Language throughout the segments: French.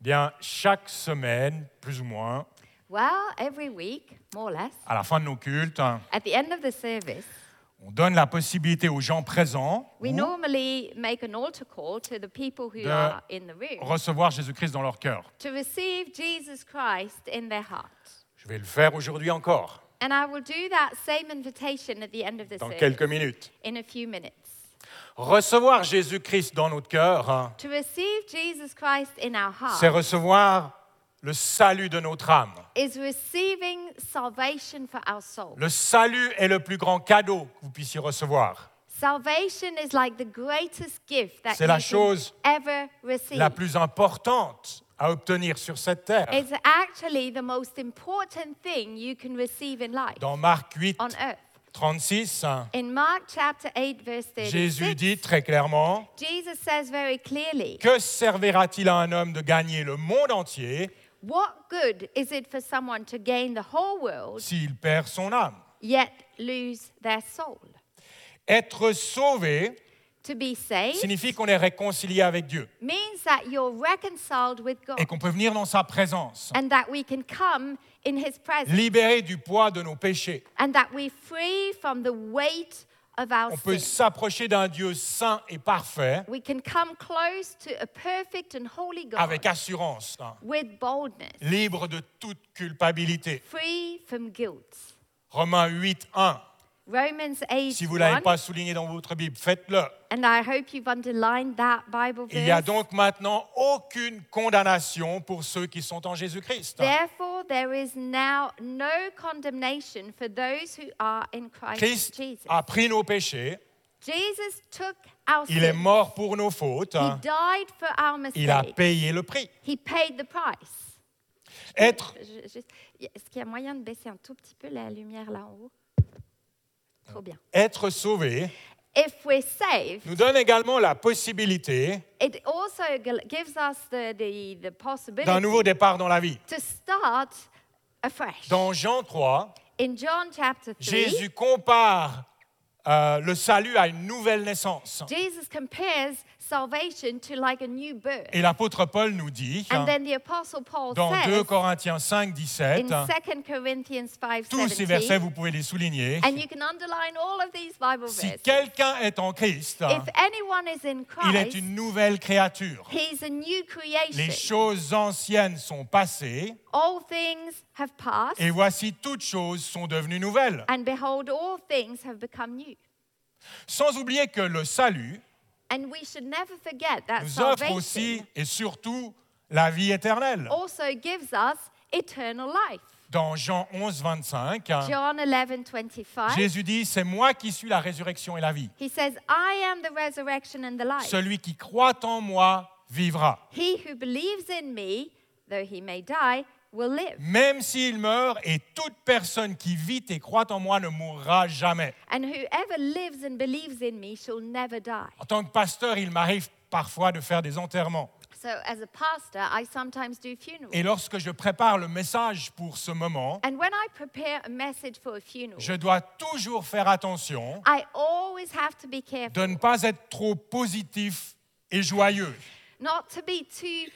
Bien, chaque semaine, plus ou moins, Well, every week, more or less, à la fin de nos cultes, hein, at the end of the service, on donne la possibilité aux gens présents we de normally make an altar call to the people who De- are in the room recevoir Jésus-Christ dans leur cœur. to receive Jesus Christ in their heart. Je vais le faire aujourd'hui encore, And I will do that same invitation at the end of the dans service quelques minutes. in a few minutes. Recevoir Jésus-Christ dans notre cœur, hein, To receive Jesus Christ in our c'est heart recevoir le salut de notre âme. is receiving salvation for our soul. Le salut est le plus grand cadeau que vous puissiez recevoir, Salvation is like the greatest gift that C'est you la can chose ever receive. la plus importante à obtenir sur cette terre. It's actually the most important thing you can receive in life Dans Marc 8, on earth. 36, hein, In Mark chapter 8, verse 36, Jésus dit très clairement, Jesus says very clearly, Que servira-t-il à un homme de gagner le monde entier What good is it for someone to gain the whole world s'il perd son âme yet lose their soul? Être sauvé To be saved signifie qu'on est réconcilié avec Dieu means that you're reconciled with God et qu'on peut venir dans sa présence, and that we can come in His presence libéré du poids de nos péchés. and that we're free from the weight of our On peut sin. s'approcher d'un Dieu saint et parfait We can come close to a perfect and holy God avec assurance, hein, with boldness, libre de toute culpabilité. free from guilt. Romains 8, 1. Romans 8, Si vous ne l'avez 1, pas souligné dans votre Bible, faites-le. and I hope you've underlined that Bible Il n'y a verse. donc maintenant aucune condamnation pour ceux qui sont en Jésus-Christ. Therefore, there is now no condemnation for those who are in Christ Christ Jesus. a pris nos péchés, Jesus took our il est sin. mort pour nos fautes, hein. He died for our il a mistakes. payé le prix. He paid the price. Être, Je- je- Est-ce qu'il y a moyen de baisser un tout petit peu la lumière là en haut Trop bien. être sauvé If we're saved, nous donne également la possibilité it also g- gives us the, the, the d'un nouveau possibility départ dans la vie. to start afresh. Dans Jean 3, In John chapter 3, Jésus compare euh, le salut à une nouvelle naissance. Jesus compares salvation to like a new birth. Et l'apôtre Paul nous dit, hein, And then the apostle Paul dans 2 says Corinthiens 5, in 17, 2 Corinthians 5 tous ces versets, vous pouvez les souligner. and you can underline all of these Bible Si verses. quelqu'un est en Christ, If anyone is in il est Christ, une nouvelle créature. he's a new Les creation. choses anciennes sont passées, All things have passed, et voici toutes choses sont devenues nouvelles. and behold, all things have become new. Sans oublier que le salut And we should never forget that nous offre aussi salvation et surtout la vie éternelle. also gives us eternal life. Dans Jean 11, 25, John 11, 25, Ah. Jésus dit, c'est moi qui suis la résurrection et la vie. he says, I am the resurrection and the life. Celui qui croit en moi vivra, He who believes in me, though he may die, will live. même s'il meurt, et toute personne qui vit et croit en moi ne mourra jamais. And whoever lives and believes in me shall never die. En tant que pasteur, il m'arrive parfois de faire des enterrements. So, as a pastor, I sometimes do funerals. Et lorsque je prépare le message pour ce moment, And when I prepare a message for a funeral, je dois toujours faire attention I always have to be careful de ne pas être trop positif et joyeux not to be too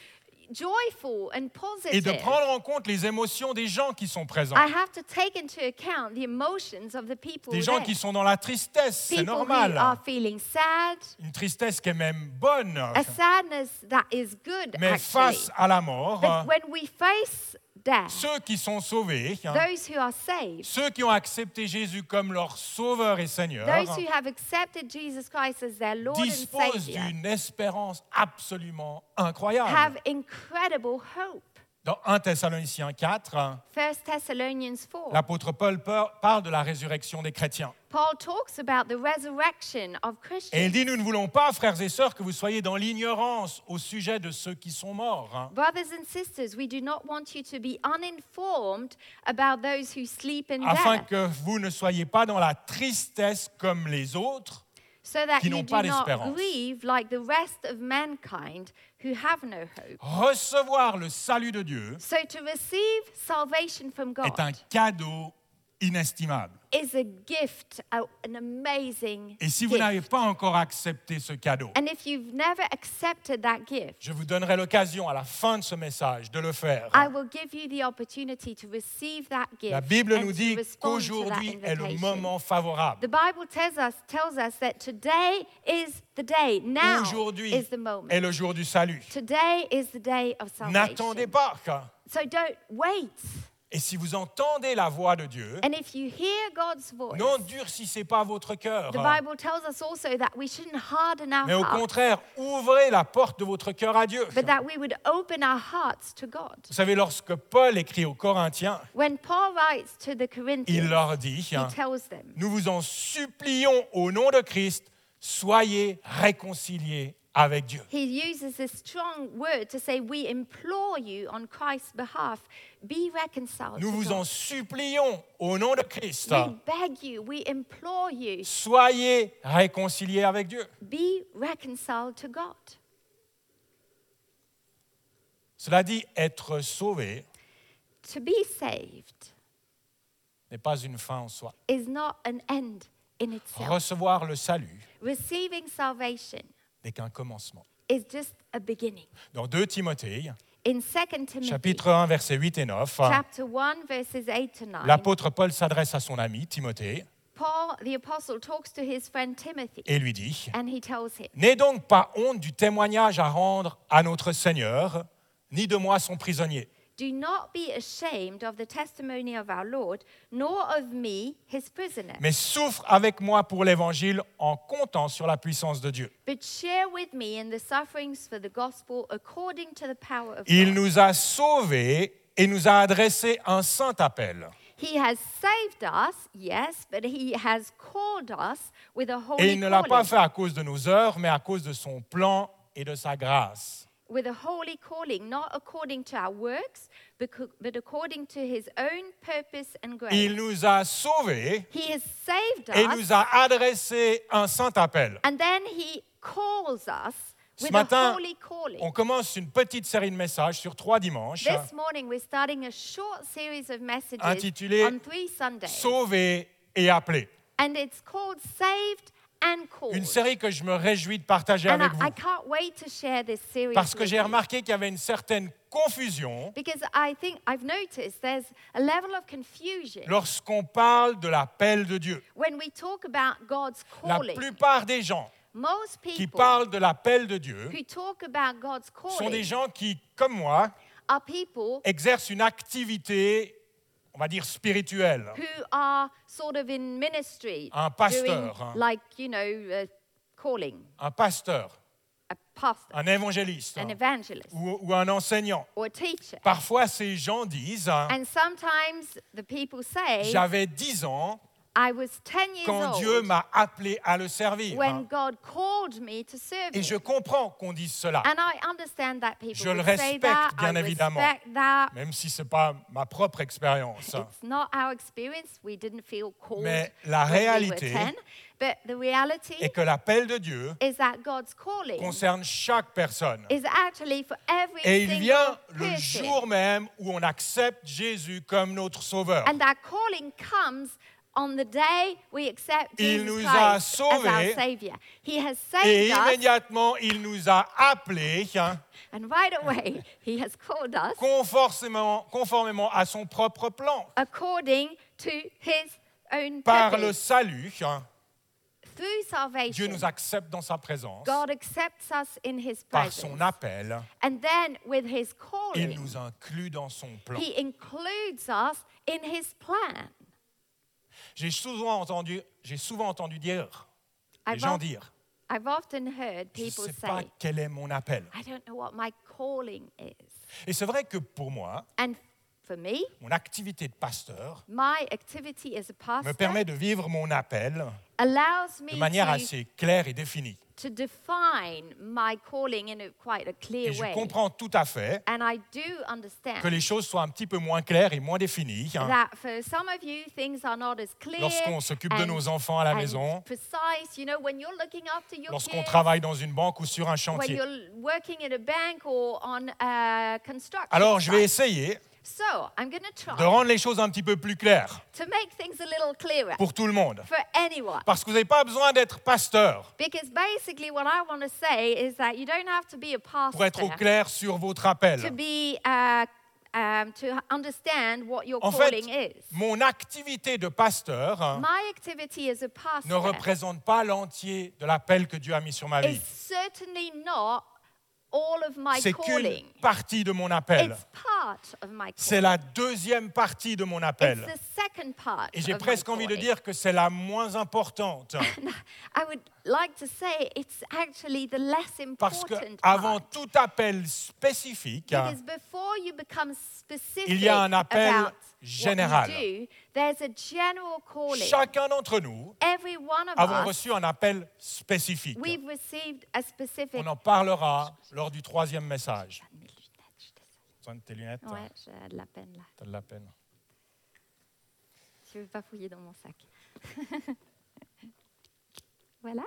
joyful and positive. et de prendre en compte les émotions des gens qui sont présents. I have to take into account the emotions of the people Des gens there. qui sont dans la tristesse, c'est people who are Ah, normal. feeling sad, Une tristesse qui est même bonne. a sadness that is good Mais actually. face à la mort, But when we face death, ceux qui sont sauvés, hein, those who are saved, ceux qui ont accepté Jésus comme leur sauveur et Seigneur, those who have accepted Jesus Christ as their Lord and disposent Savior, d'une espérance absolument incroyable. have incredible hope. Dans 1 Thessaloniciens 4, hein, 1 Thessalonians 4. l'apôtre Paul par- parle de la résurrection des chrétiens. Paul talks about the resurrection Et of il Christians. dit, nous ne voulons pas, frères et sœurs, que vous soyez dans l'ignorance au sujet de ceux qui sont morts. hein. Brothers and sisters, we do not want you to be uninformed about those who sleep in afin death, que vous ne soyez pas dans la tristesse comme les autres, so that qui you n'ont do pas not d'espérance. grieve like the rest of mankind who have no hope. recevoir le salut de Dieu So to receive salvation from est un God cadeau inestimable. is a gift, a- an amazing Et si vous gift. n'avez pas encore accepté ce cadeau, And if you've never accepted that gift, je vous donnerai l'occasion à la fin de ce message de le faire. I will give you the opportunity to receive that gift. Ah. La Bible and nous to dit respond to that qu'aujourd'hui est le invitation. moment favorable. The Bible tells us tells us that today is the day. Now Aujourd'hui is the moment. est le jour du salut. Today is the day of N'attendez salvation. pas. hein. quoi. So don't wait. Et si vous entendez la voix de Dieu, And if you hear God's voice, n'endurcissez pas votre cœur, hein. the Bible tells us also that we shouldn't harden our mais au hearts, contraire, ouvrez la porte de votre cœur à Dieu. but that we would open our hearts to God. Vous savez, lorsque Paul écrit aux Corinthiens, When Paul writes to the il Corinthians, leur dit, hein, he tells them, nous vous en supplions au nom de Christ, soyez réconciliés avec Dieu. he uses this strong word to say, We implore you on Christ's behalf, be reconciled. Nous to vous en God. supplions au nom de Christ, We beg you, we implore you, soyez réconciliés avec Dieu. be reconciled to God. Cela dit, être sauvé To be saved n'est pas une fin en soi. is not an end in itself. Recevoir le salut Receiving salvation n'est qu'un commencement. is just a beginning. Dans 2 Timothée, In 2 Timothy chapitre 1, versets 8 et 9, chapter 1, verses 8 to 9, l'apôtre Paul s'adresse à son ami Timothée Paul the apostle talks to his friend Timothy et lui dit and he tells him, N'aie donc pas honte du témoignage à rendre à notre Seigneur, ni de moi son prisonnier. Do not be ashamed of the testimony of our Lord, nor of me, his prisoner, mais souffre avec moi pour l'évangile en comptant sur la puissance de Dieu. but share with me in the sufferings for the gospel according to the power of Il God. nous a sauvés et nous a adressé un saint appel. He has saved us, yes, but he has called us with a Et holy il ne l'a pas calling. fait à cause de nos heures, mais à cause de son plan et de sa grâce. With a holy calling, not according to our works, becau- but according to his own purpose and grace. Il nous a sauvés He has saved et us, nous a adressé un saint appel. and then he calls us Ce with matin, a holy calling. On commence une petite série de messages sur trois dimanches, This morning, we're starting a short series of messages Intitulé on three Sundays. sauvés et appelés. and it's called Saved and Called. Une série que je me réjouis de partager and avec I, I vous, can't wait to share this series. parce que with j'ai you. remarqué qu'il y avait une certaine confusion Because I think I've noticed there's a level of confusion lorsqu'on parle de l'appel de Dieu. when we talk about God's La calling. plupart des gens Most qui people parlent de l'appel de Dieu who talk about God's sont des calling gens qui, comme moi, are people exercent une activité, on va dire, spirituelle. who are sort of in ministry, Un doing pasteur, hein. like, you know, uh, calling, Un pasteur, a pastor, un évangéliste an hein, evangelist, ou, ou un enseignant. or a teacher. Parfois, ces gens disent hein, And sometimes the people say, J'avais 10 ans I was 10 years quand old Dieu m'a appelé à le servir. when hein. God called me to serve Et je Him. comprends qu'on dise cela, And I understand that people Je le would say that, respecte, bien I évidemment. respect that. même si ce n'est pas ma propre expérience. hein. It's not our experience. We didn't feel called Mais la when we were réalité 10. But the reality Et que l'appel de Dieu is that God's calling concerne chaque personne. is actually for every Et il single vient le person. jour même où on accepte Jésus comme notre sauveur. And that calling comes on the day we accept Il Jesus nous a Christ as our sauvés. Savior. He has Et saved us immédiatement, il nous a appelés, hein, And right away, he has called us conformément, conformément à son propre plan, according to his own par le purpose. salut. hein. Through Dieu salvation, nous accepte dans sa présence. God accepts us in his Par presence. son appel, And then with his il calling, nous inclut dans son plan. he includes us in his plan. J'ai souvent entendu, j'ai souvent entendu dire, les I've, gens of- dire, I've often heard je ne people sais pas say, quel est mon appel. I don't know what my calling is. Et c'est vrai que pour moi, And for me, mon activité de pasteur my activity as a me pastor permet de vivre mon appel allows de me manière to, assez claire et définie. to define my calling in a, quite a Et clear je way. comprends tout à fait And I do que understand les choses soient un petit peu moins claires et moins définies hein, that for some of you, things are not as clear. Ah. lorsqu'on s'occupe de and- nos enfants à la and maison, Precise, you know, when you're looking after your lorsqu'on kids, travaille dans une banque ou sur un when chantier. you're working in a bank or on a construction Alors je vais site. essayer So I'm going to de try rendre les choses un petit peu plus claires to make things a little clearer pour tout le monde. for anyone. Parce que vous n'avez pas besoin d'être pasteur Because basically, what I want to say is that you don't have to be a pour être au pastor clair sur votre to appel. be uh, um, to understand what your En fait, calling is. mon activité de pasteur hein, My activity as ne a pastor représente pas l'entier de l'appel que Dieu a mis sur ma vie. is certainly not all of my C'est calling. qu'une partie de mon appel. It's part of my C'est calling. la deuxième partie de mon It's appel. the second part. Et j'ai of my presque envie de calling. dire que c'est la moins importante. hein, I would like to say it's actually the less Parce que important avant part. tout appel spécifique, hein, Because before you become specific il y a un appel about général. what you do, there's a general calling. chacun d'entre nous Every one of avons us, reçu un appel spécifique. we've received a specific. Ah, On en parlera lors du troisième message. Mes lunettes, je suis désolée. Besoin de tes lunettes hein, Ouais, j'ai de la peine là. T'as de la peine. Je ne veux pas fouiller dans mon sac. voilà.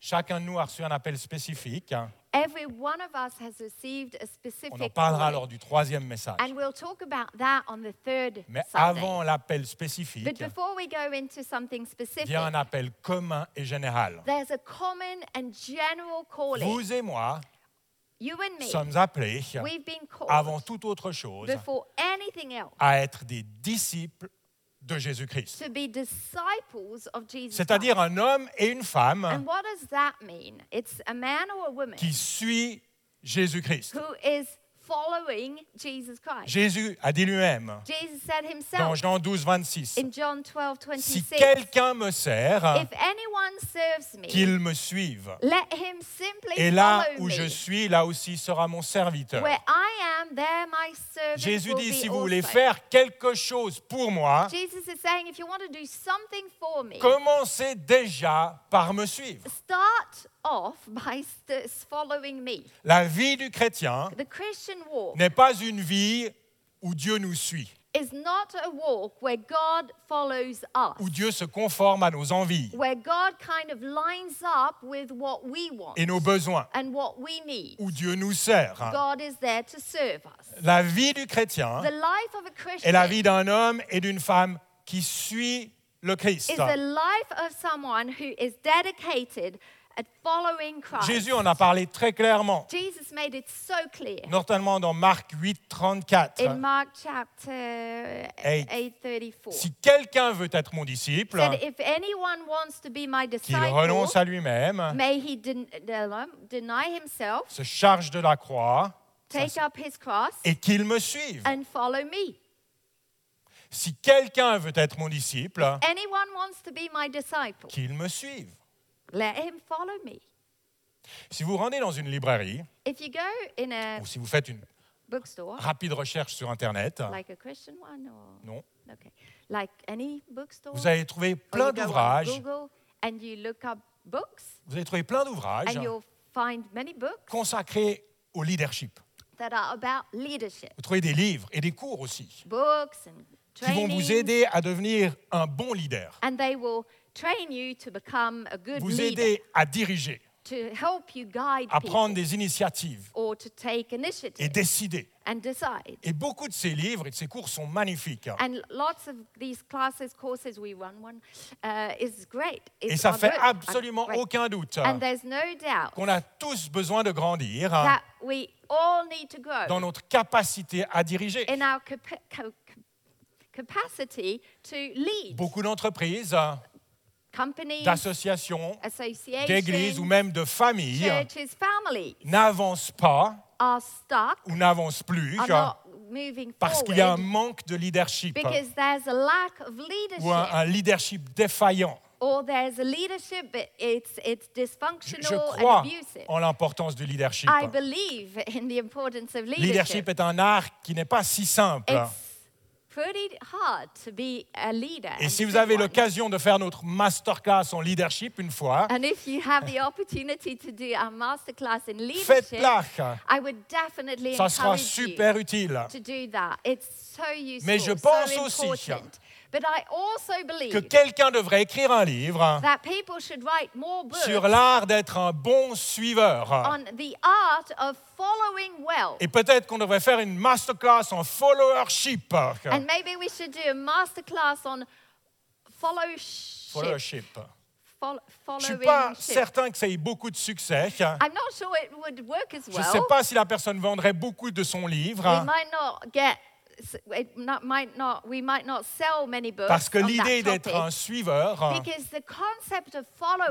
Chacun de nous a reçu un appel spécifique. hein. Every one of us has received a specific. On en parlera calling. lors du troisième message. And we'll talk about that on the third Mais Sunday. avant l'appel But spécifique, before we go into something specific, il y a un appel commun et général. there's a common and general calling. Vous et moi you and me, sommes appelés, we've been called avant toute autre chose, before anything else à être des disciples de Jésus-Christ. to be disciples of Jesus. Christ. C'est-à-dire un homme et une And femme what does that mean? It's a man or a woman qui suit Jésus-Christ. who is following Jesus Christ. Jésus a dit lui-même Jesus said dans himself Jean 12, 26, in John 12 Si 26, quelqu'un me sert, If anyone serves me, qu'il me suive. let him simply Et là follow où je me. suis, là aussi sera mon serviteur. Where I am, there my servant Jésus will dit, be si vous voulez also. faire quelque chose pour moi, Jesus is saying, if you want to do something for me, commencez déjà par me suivre. start off by st- following me. La vie du chrétien The Christian walk n'est pas une vie où Dieu nous suit, is not a walk where God follows us, où Dieu se conforme à nos envies where God kind of lines up with what we want et nos besoins, and what we need. où Dieu nous sert. God is there to serve us. La vie du chrétien The life of a est Christian la vie d'un homme et d'une femme qui suit le Christ. is the life of someone who is dedicated at following Christ. Jésus en a parlé très clairement. Jesus made it so clear. notamment dans Marc 8, 34. in Mark chapter Eight. 8:34. Si quelqu'un veut être mon disciple, said if anyone wants to be my qu'il disciple, renonce à lui-même, may he den- del- deny himself, se charge de la croix take up his cross et qu'il me suive. and follow me. Si quelqu'un veut être mon disciple, Anyone wants to be my disciple, qu'il me suive. let him follow me. Si vous rendez dans une librairie If you go in a ou si vous faites une bookstore rapide recherche sur Internet, like a Christian one or non, okay, like any bookstore, vous allez trouver or you plein go on d'ouvrages, Google and you look up books vous allez trouver plein d'ouvrages and you'll find many books consacrés au leadership. that are about leadership. Vous trouvez des livres et des cours aussi books and qui vont vous training, aider à devenir un bon leader, and they will train you to become a good vous leader, aider à diriger. to help you guide à people, prendre des initiatives or to take et initiative décider. and decide. Et beaucoup de ces livres et de ces cours sont magnifiques. And lots of these classes, courses, we run one, uh, is great. Et It's- ça are fait good, are absolument great. aucun doute And there's no doubt qu'on a tous besoin de grandir hein, that we all need to grow dans notre capacité à diriger. in our capa- co- co- capacity to lead Beaucoup d'entreprises, hein, companies, d'associations, d'églises ou associations, même de familles hein, churches, families. n'avancent pas are stuck, ou n'avancent plus are hein, not moving parce qu'il y a un forward manque de leadership hein, because there's a lack of ou un, leadership un leadership défaillant. or there's a leadership but it's it's Je, je dysfunctional crois and abusive. en l'importance du leadership. I believe in the importance of Leadership leadership. est un art qui n'est pas si simple. It's pretty hard to be a leader. Et and si a vous good avez one. l'occasion de faire notre masterclass en leadership une fois, and if you have the opportunity to do a masterclass in leadership, faites-la. I would definitely Ça sera encourage you super utile. to do that. It's so useful, Mais je so pense aussi important. But I also que believe quelqu'un devrait écrire un livre that people should write more books sur l'art d'être un bon suiveur. on the art of following well. Et peut-être qu'on devrait faire une masterclass en followership. And maybe we should do a masterclass on followship. Followership. Fol- Je ne suis following pas ship. certain que ça ait beaucoup de succès. I'm not sure it would work as Je well. ne sais pas si la personne vendrait beaucoup de son livre. We might not get. It not, might not, we might not sell many books Parce que on that l'idée d'être un topic, suiveur because the concept of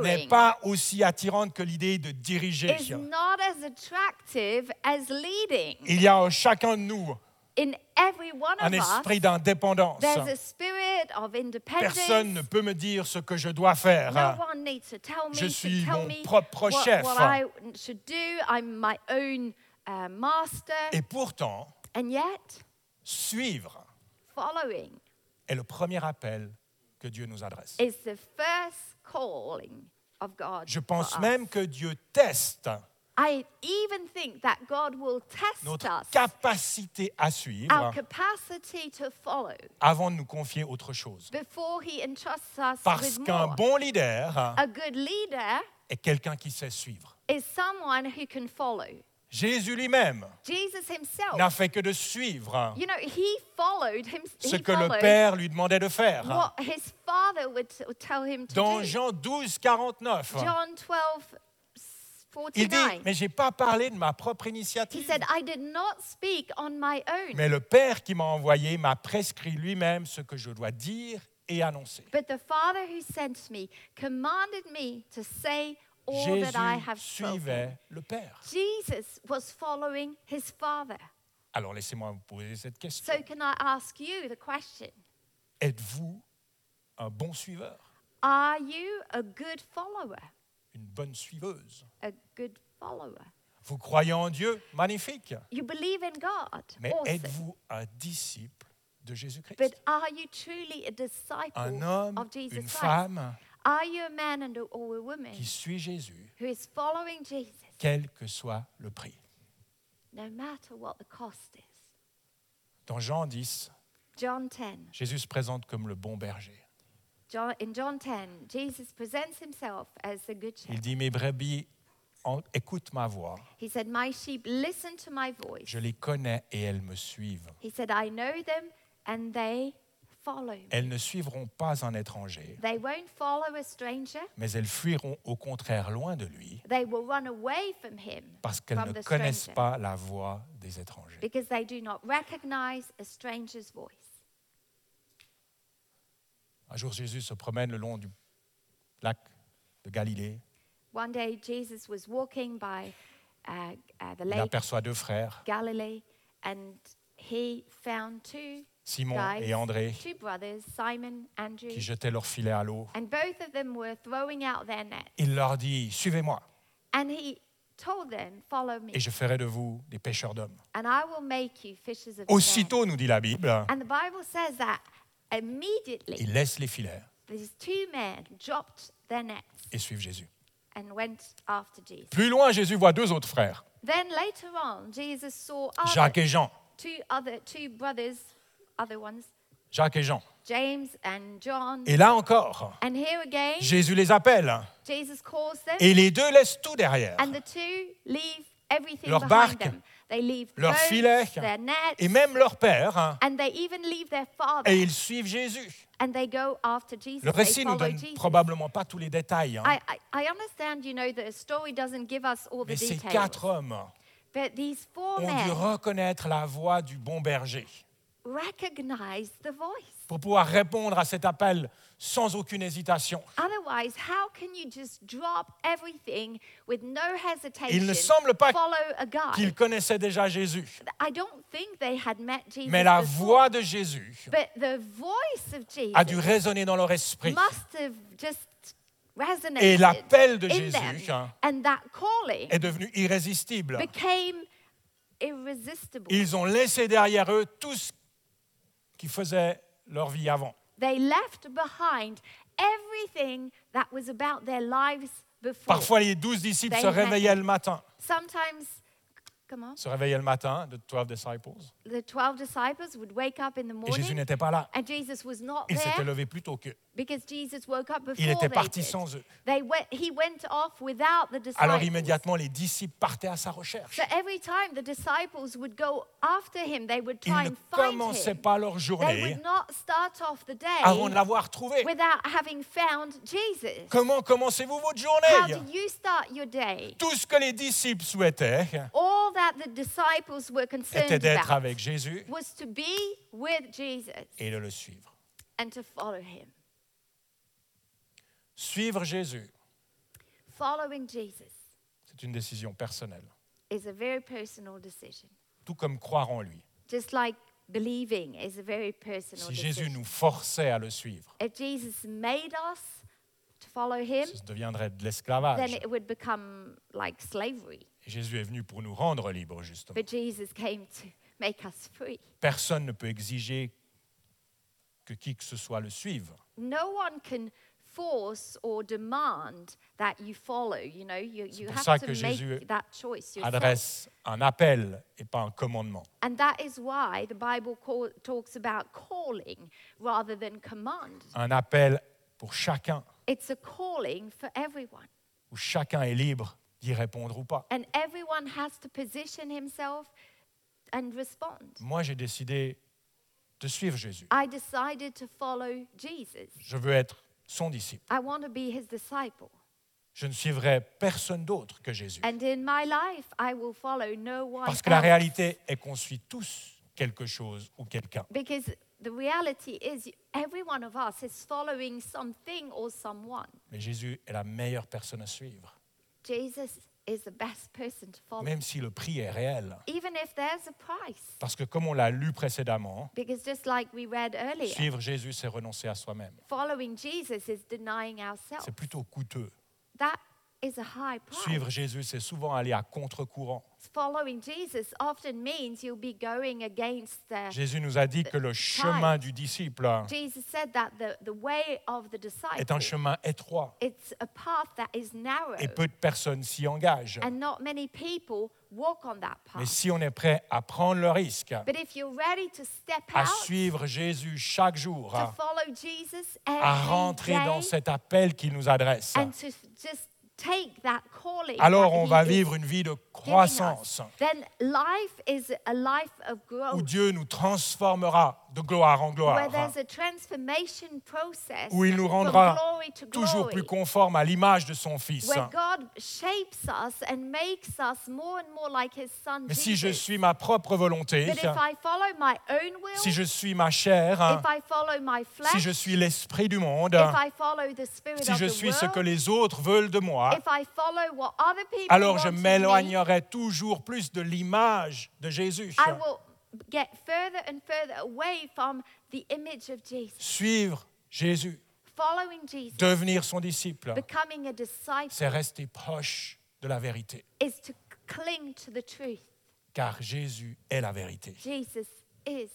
n'est following pas aussi attirante que l'idée de diriger. is not as attractive as leading. Il y a en chacun de nous In every one un of us, esprit d'indépendance. there's a spirit of independence. Personne ne peut me dire ce que je dois No faire. one needs to tell me, Je to suis tell mon me propre what, chef. what I should do. I'm my own uh, master. Et pourtant, and yet, suivre following est le premier appel que Dieu nous adresse. is the first calling of God. Je for pense us. même que Dieu teste I even think that God will test notre us, capacité à our suivre capacity to follow, avant de nous confier autre chose. before He entrusts us Parce with qu'un more. Uh, bon leader A good leader est quelqu'un qui sait suivre. is someone who can follow. Jésus lui-même Jesus Himself, n'a fait que de suivre you know, Oh. He followed Him. ce he que le followed Père lui demandait de faire. what his father would t- tell him to Dans do. Jean 12, 49, John 12, il dit, 49. mais j'ai pas parlé de ma propre He initiative. said, I did not speak on my own, Mais le Père qui m'a envoyé m'a prescrit lui-même ce que je dois dire et annoncer. but the Father who sent me commanded me to say all that I Jésus have spoken. suivait le Père. Jesus was following his Father. Alors laissez-moi vous poser cette question. So, can I ask you the question? Êtes-vous un bon suiveur, Are you a good follower? une bonne suiveuse A good follower. Vous croyez en Dieu Magnifique. You believe in God. Mais Awesome. êtes-vous un disciple de Jésus-Christ But are you truly a disciple Un homme, of Jesus une Christ? femme Are you a man and a, or a woman qui suit Jésus, who is following Jesus quel que soit le prix. no matter what the cost is? Dans Jean 10, John 10. Jésus se présente comme le bon berger. John, in John 10, Jesus presents himself as the good Il shepherd. dit, mes brebis en- écoutent ma voix. He said, My sheep listen to my voice. Je les connais et elles me suivent. He said, I know them and they follow. me." Elles ne suivront pas un étranger, They won't follow a stranger. mais elles fuiront au contraire loin de lui They will run away from him parce qu'elles from ne the connaissent stranger pas la voix des étrangers. because they do not recognize a stranger's voice. Un jour, Jésus se promène le long du lac de Galilée. One day, Jesus was walking by uh, uh, the Il lake aperçoit deux frères, Galilee, and he found two Simon guys, et André, two brothers, Simon, Andrew, qui jetaient leur filet à l'eau. and both of them were throwing out their net. Il leur dit, suivez-moi And he told them, "Follow me, et je ferai de vous des pêcheurs d'hommes. and I will make you fishers of men." Aussitôt, nous dit la Bible, And the Bible says that immediately ils laissent les filets these two men dropped their nets et suivent Jésus. and went after Jesus. Plus loin, Jésus voit deux autres frères, Then later on, Jesus saw other, Jacques et Jean. two other two brothers, other ones, Jacques et Jean. James and John. Et là encore, And here again, Jésus les appelle hein, Jesus calls them, et les deux laissent tout derrière. and the two leave everything Leur behind barque, them. They leave leur boats, filet, their nets, Et même leur père, hein, and they even leave their father, et ils suivent Jésus. and they go after Jesus. Le They récit ne nous follow donne Jesus. probablement pas tous les détails, hein, I, I, I understand, you know, that the story doesn't give us all the mais ces details. Oh, quatre hommes But these four ont dû men reconnaître la voix du bon berger recognize the voice. pour pouvoir répondre à cet appel sans aucune hésitation. Otherwise, how can you just drop everything with no hesitation? Il ne semble pas follow a guy. qu'ils connaissaient déjà Jésus, I don't think they had met Jesus mais la before. voix de Jésus But the voice of Jesus a dû résonner dans leur esprit. must have just resonated Et l'appel de in them. Jésus hein, And that calling est devenu irrésistible. became irresistible. Ils ont laissé derrière eux tout ce qui faisait leur vie avant. They left behind everything that was about their lives before. Parfois, les douze disciples se réveillaient le matin. Sometimes Comment? se réveillaient le matin, the 12 disciples, The 12 disciples would wake up in the et Jésus morning n'était pas là. and Jesus was not Il s'était there levé plus tôt qu'eux. because Jesus woke up before Il était they parti did. sans eux. They went, he went off without the Alors disciples. immédiatement, les disciples partaient à sa recherche. So every time the disciples would go after him, they would Ils try ne and find commençaient him. pas leur They journée would not start off the avant de day l'avoir trouvé. without having found Jesus. Comment commencez-vous votre How do journée you start your day? Tout ce que les disciples souhaitaient All that the disciples were concerned était d'être about avec Jésus was to be with Jesus et de le suivre. and to follow him. Suivre Jésus, Following Jesus c'est une décision personnelle, is a very personal decision. tout comme croire en lui. Just like believing is a very personal Si Jésus decision. nous forçait à le suivre, If Jesus made us to follow him, ce deviendrait de then l'esclavage. it would become like slavery. Et Jésus est venu pour nous rendre libres, justement. But Jesus came to make us free. Personne ne peut exiger que qui que ce soit le suive. No one can force or demand that you follow. You know, you, you pour have ça to que make Jésus that choice yourself. Adresse un appel et pas un commandement. And that is why the Bible call, talks about calling rather than command. Un appel pour chacun, It's a calling for everyone. où chacun est libre d'y répondre ou pas. And everyone has to position himself and respond. Moi, j'ai décidé de suivre Jésus. I decided to follow Jesus. Je veux être son disciple. I want to be his disciple. Je ne suivrai personne d'autre que Jésus. And in my life, I will follow no one. Parce que la else. réalité est qu'on suit tous quelque chose ou quelqu'un. Because the reality is, every one of us is following something or someone. Mais Jésus est la meilleure personne à suivre. Jesus is the best person to follow, Même si le prix est réel. even if there's a price. Parce que comme on l'a lu précédemment, Because just like we read earlier, suivre Jésus, c'est renoncer à soi-même. following Jesus is denying ourselves. C'est plutôt coûteux. That is a high price. Suivre Jésus, c'est souvent aller à contre-courant. Following Jesus often means you'll be going against the. Jésus nous a dit que le chemin du disciple Jesus said that the, the way of the est un disciple, chemin étroit it's a path that is narrow, et peu de personnes s'y engagent. and not many people walk on that path. Mais si on est prêt à prendre le risque, But if you're ready to step à out, suivre Jésus chaque jour, to follow Jesus à every rentrer dans day, cet appel qu'il nous adresse, and to f- just take that calling, alors that on he va is vivre une vie de giving us, croissance then life is a life of où growth, Dieu nous transformera de gloire en Oh. where gloire, hein, there's a transformation process où il nous from rendra glory to toujours plus glory, conforme à l'image de son Fils. where God shapes us and makes us more and more like His Son Mais si je Jesus. suis ma propre volonté, But if I follow my own will, si je suis ma chair, hein, if I follow my si flesh, je suis l'esprit du monde, if I follow the spirit si of je the suis ce world, que les autres veulent de moi, If I follow what other people alors je want from me, m'éloignerai toujours plus de l'image de Jésus. I will get further and further away from the image of Jesus. Suivre Jésus, Following Jesus, devenir son disciple, becoming a disciple, c'est rester proche de la vérité, is to cling to the truth. car Jésus est la vérité. Jesus is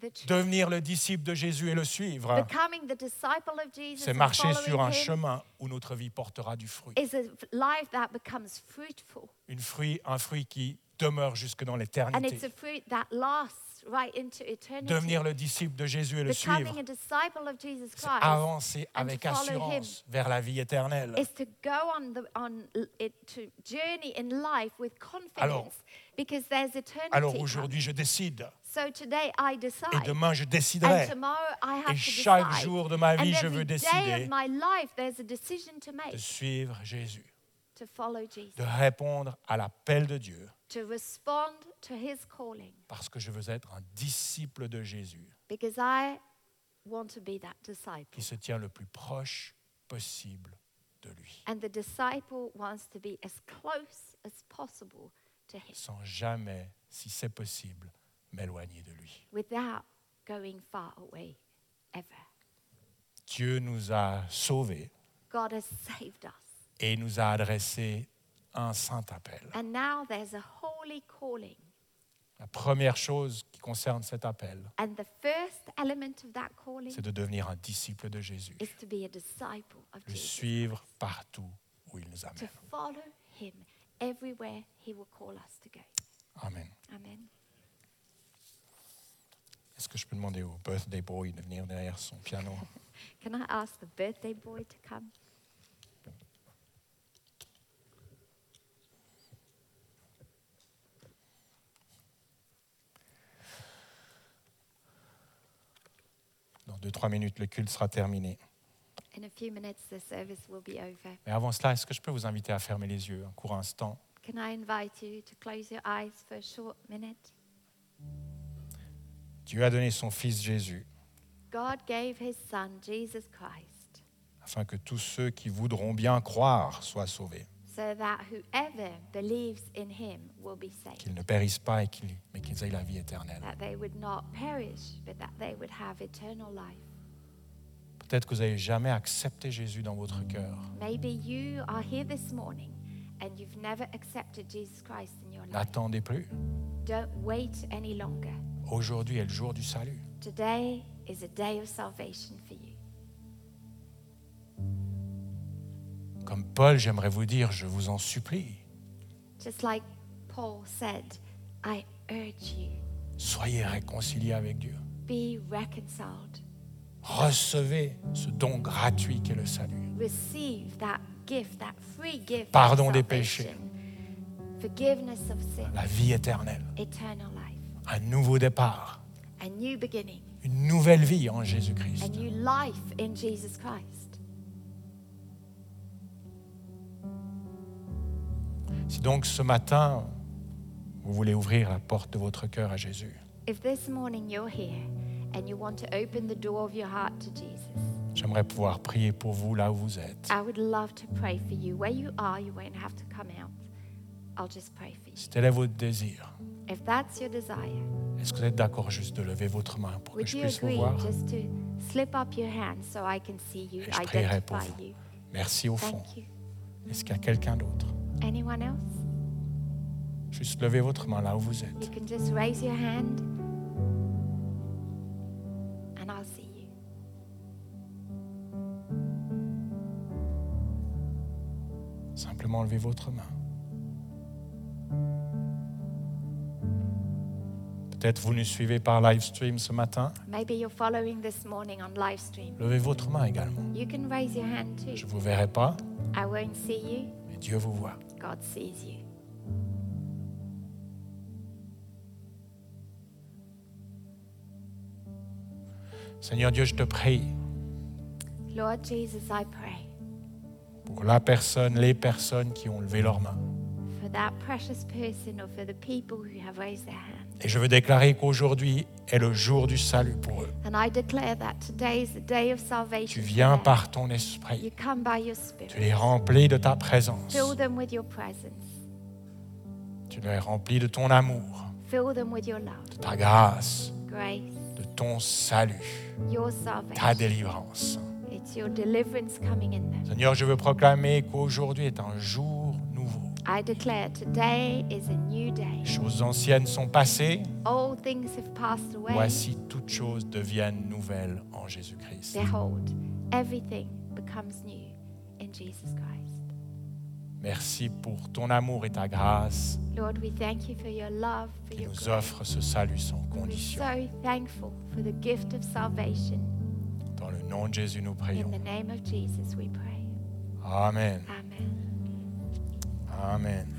the truth. Devenir le disciple de Jésus et le suivre, Becoming the disciple of Jesus c'est and marcher following sur un him chemin où notre vie portera du fruit. is a life that becomes fruitful. Une fruit, un fruit qui demeure jusque dans And it's a l'éternité. fruit that lasts right into eternity. Devenir le disciple de Jésus et le becoming suivre, a disciple of Jesus c'est Christ avancer and avec to follow assurance vers la vie éternelle. is to go on the on l- it to journey in life with confidence because there's eternity. Alors coming. aujourd'hui, je décide, so today I et decide. demain, je and déciderai. tomorrow I have Et to chaque decide. jour de ma and vie, je every veux day décider of my life, there's a decision to de make suivre Jésus, to follow Jesus, de répondre à l'appel de Dieu, to respond to His calling, parce que je veux être un disciple de Jésus because I want to be that disciple, qui se tient le plus proche possible de lui, and the disciple wants to be as close as possible to Him sans jamais, si c'est possible, m'éloigner de lui. without going far away, ever. Dieu nous a sauvés God has saved us. et nous a adressé un saint appel. And now there's a holy calling. La première chose qui concerne cet appel, And the first element of that calling c'est de devenir un disciple de Jésus, is to be a disciple of le Jesus, suivre partout où il nous amène. to follow him everywhere he will call us to go. Amen. Amen. Est-ce que je peux demander au birthday boy de venir derrière son piano? Can I ask the birthday boy to come? Dans deux, trois minutes, le culte sera terminé. In a few minutes, the service will be over. Mais avant cela, est-ce que je peux vous inviter à fermer les yeux un court instant? Can I invite you to close your eyes for a short minute? Dieu a donné son Fils Jésus God gave his son, Jesus Christ, afin que tous ceux qui voudront bien croire soient sauvés, so that whoever believes in him will be saved, qu'ils ne périssent pas, et qu'ils- mais qu'ils aient la vie éternelle. that they would not perish, but that they would have eternal life. Peut-être que vous n'avez jamais accepté Jésus dans votre cœur. Maybe you are here this morning and you've never accepted Jesus Christ in your life. N'attendez plus. Don't wait any longer. Aujourd'hui est le jour du salut. Today is a day of salvation for you. Comme Paul, j'aimerais vous dire, je vous en supplie, Just like Paul said, I urge you, soyez réconciliés avec Dieu. be reconciled. Recevez ce don gratuit qu'est le salut. Receive that gift, that free gift. of Pardon des salvation. Forgiveness of sin, La vie éternelle, eternal life, un nouveau départ, a new beginning, une nouvelle vie en a Jésus-Christ. new life in Jesus Christ. Si donc ce matin, vous voulez ouvrir la porte de votre cœur à Jésus, If this morning you're here and you want to open the door of your heart to Jesus, j'aimerais pouvoir prier pour vous là où vous êtes. I would love to pray for you. Where you are, you won't have to come out. I'll just pray for you. Si tel est votre désir, If that's your desire, est-ce que vous êtes d'accord juste de lever votre main pour que would je you puisse vous agree voir just to slip up your hand so I can see you, Et je prierai pour identify vous. you? Merci au fond. Thank you. Est-ce qu'il y a quelqu'un d'autre Anyone else? Juste levez votre main là où vous êtes. You can just raise your hand and I'll see you. Simplement levez votre main. Peut-être vous nous suivez par live stream ce matin. Maybe you're following this morning on live stream. Levez votre main également. You can raise your hand Je too. ne vous verrai pas, I won't see you. mais Dieu vous voit. God sees you. Seigneur Dieu, je te prie Lord Jesus, I pray pour la personne, les personnes qui ont levé leurs mains. for that precious person or for the people who have raised their hand. Et je veux déclarer qu'aujourd'hui est le jour du salut pour eux. And I declare that today is the day of Tu salvation. for viens them. par ton You esprit. come by your Tu spirit. les remplis de ta présence. Fill them with your presence. Tu les remplis de ton amour, Fill them with your love, de ta grâce, grace, de ton salut, your ta salvation. délivrance. It's your deliverance coming in them. Seigneur, je veux proclamer qu'aujourd'hui est un jour nouveau. I declare today is a new day. Les choses anciennes sont passées. All things have passed away. Voici toutes choses deviennent nouvelles en Jésus-Christ. Behold, everything becomes new in Jesus Christ. Merci pour ton amour et ta grâce Lord, we thank you for your love, for qui your nous grace. offre ce salut sans We're condition. so thankful for the gift of salvation. Dans le nom de Jésus, nous In the prions. name of Jesus, we pray. Amen. Amen. Amen.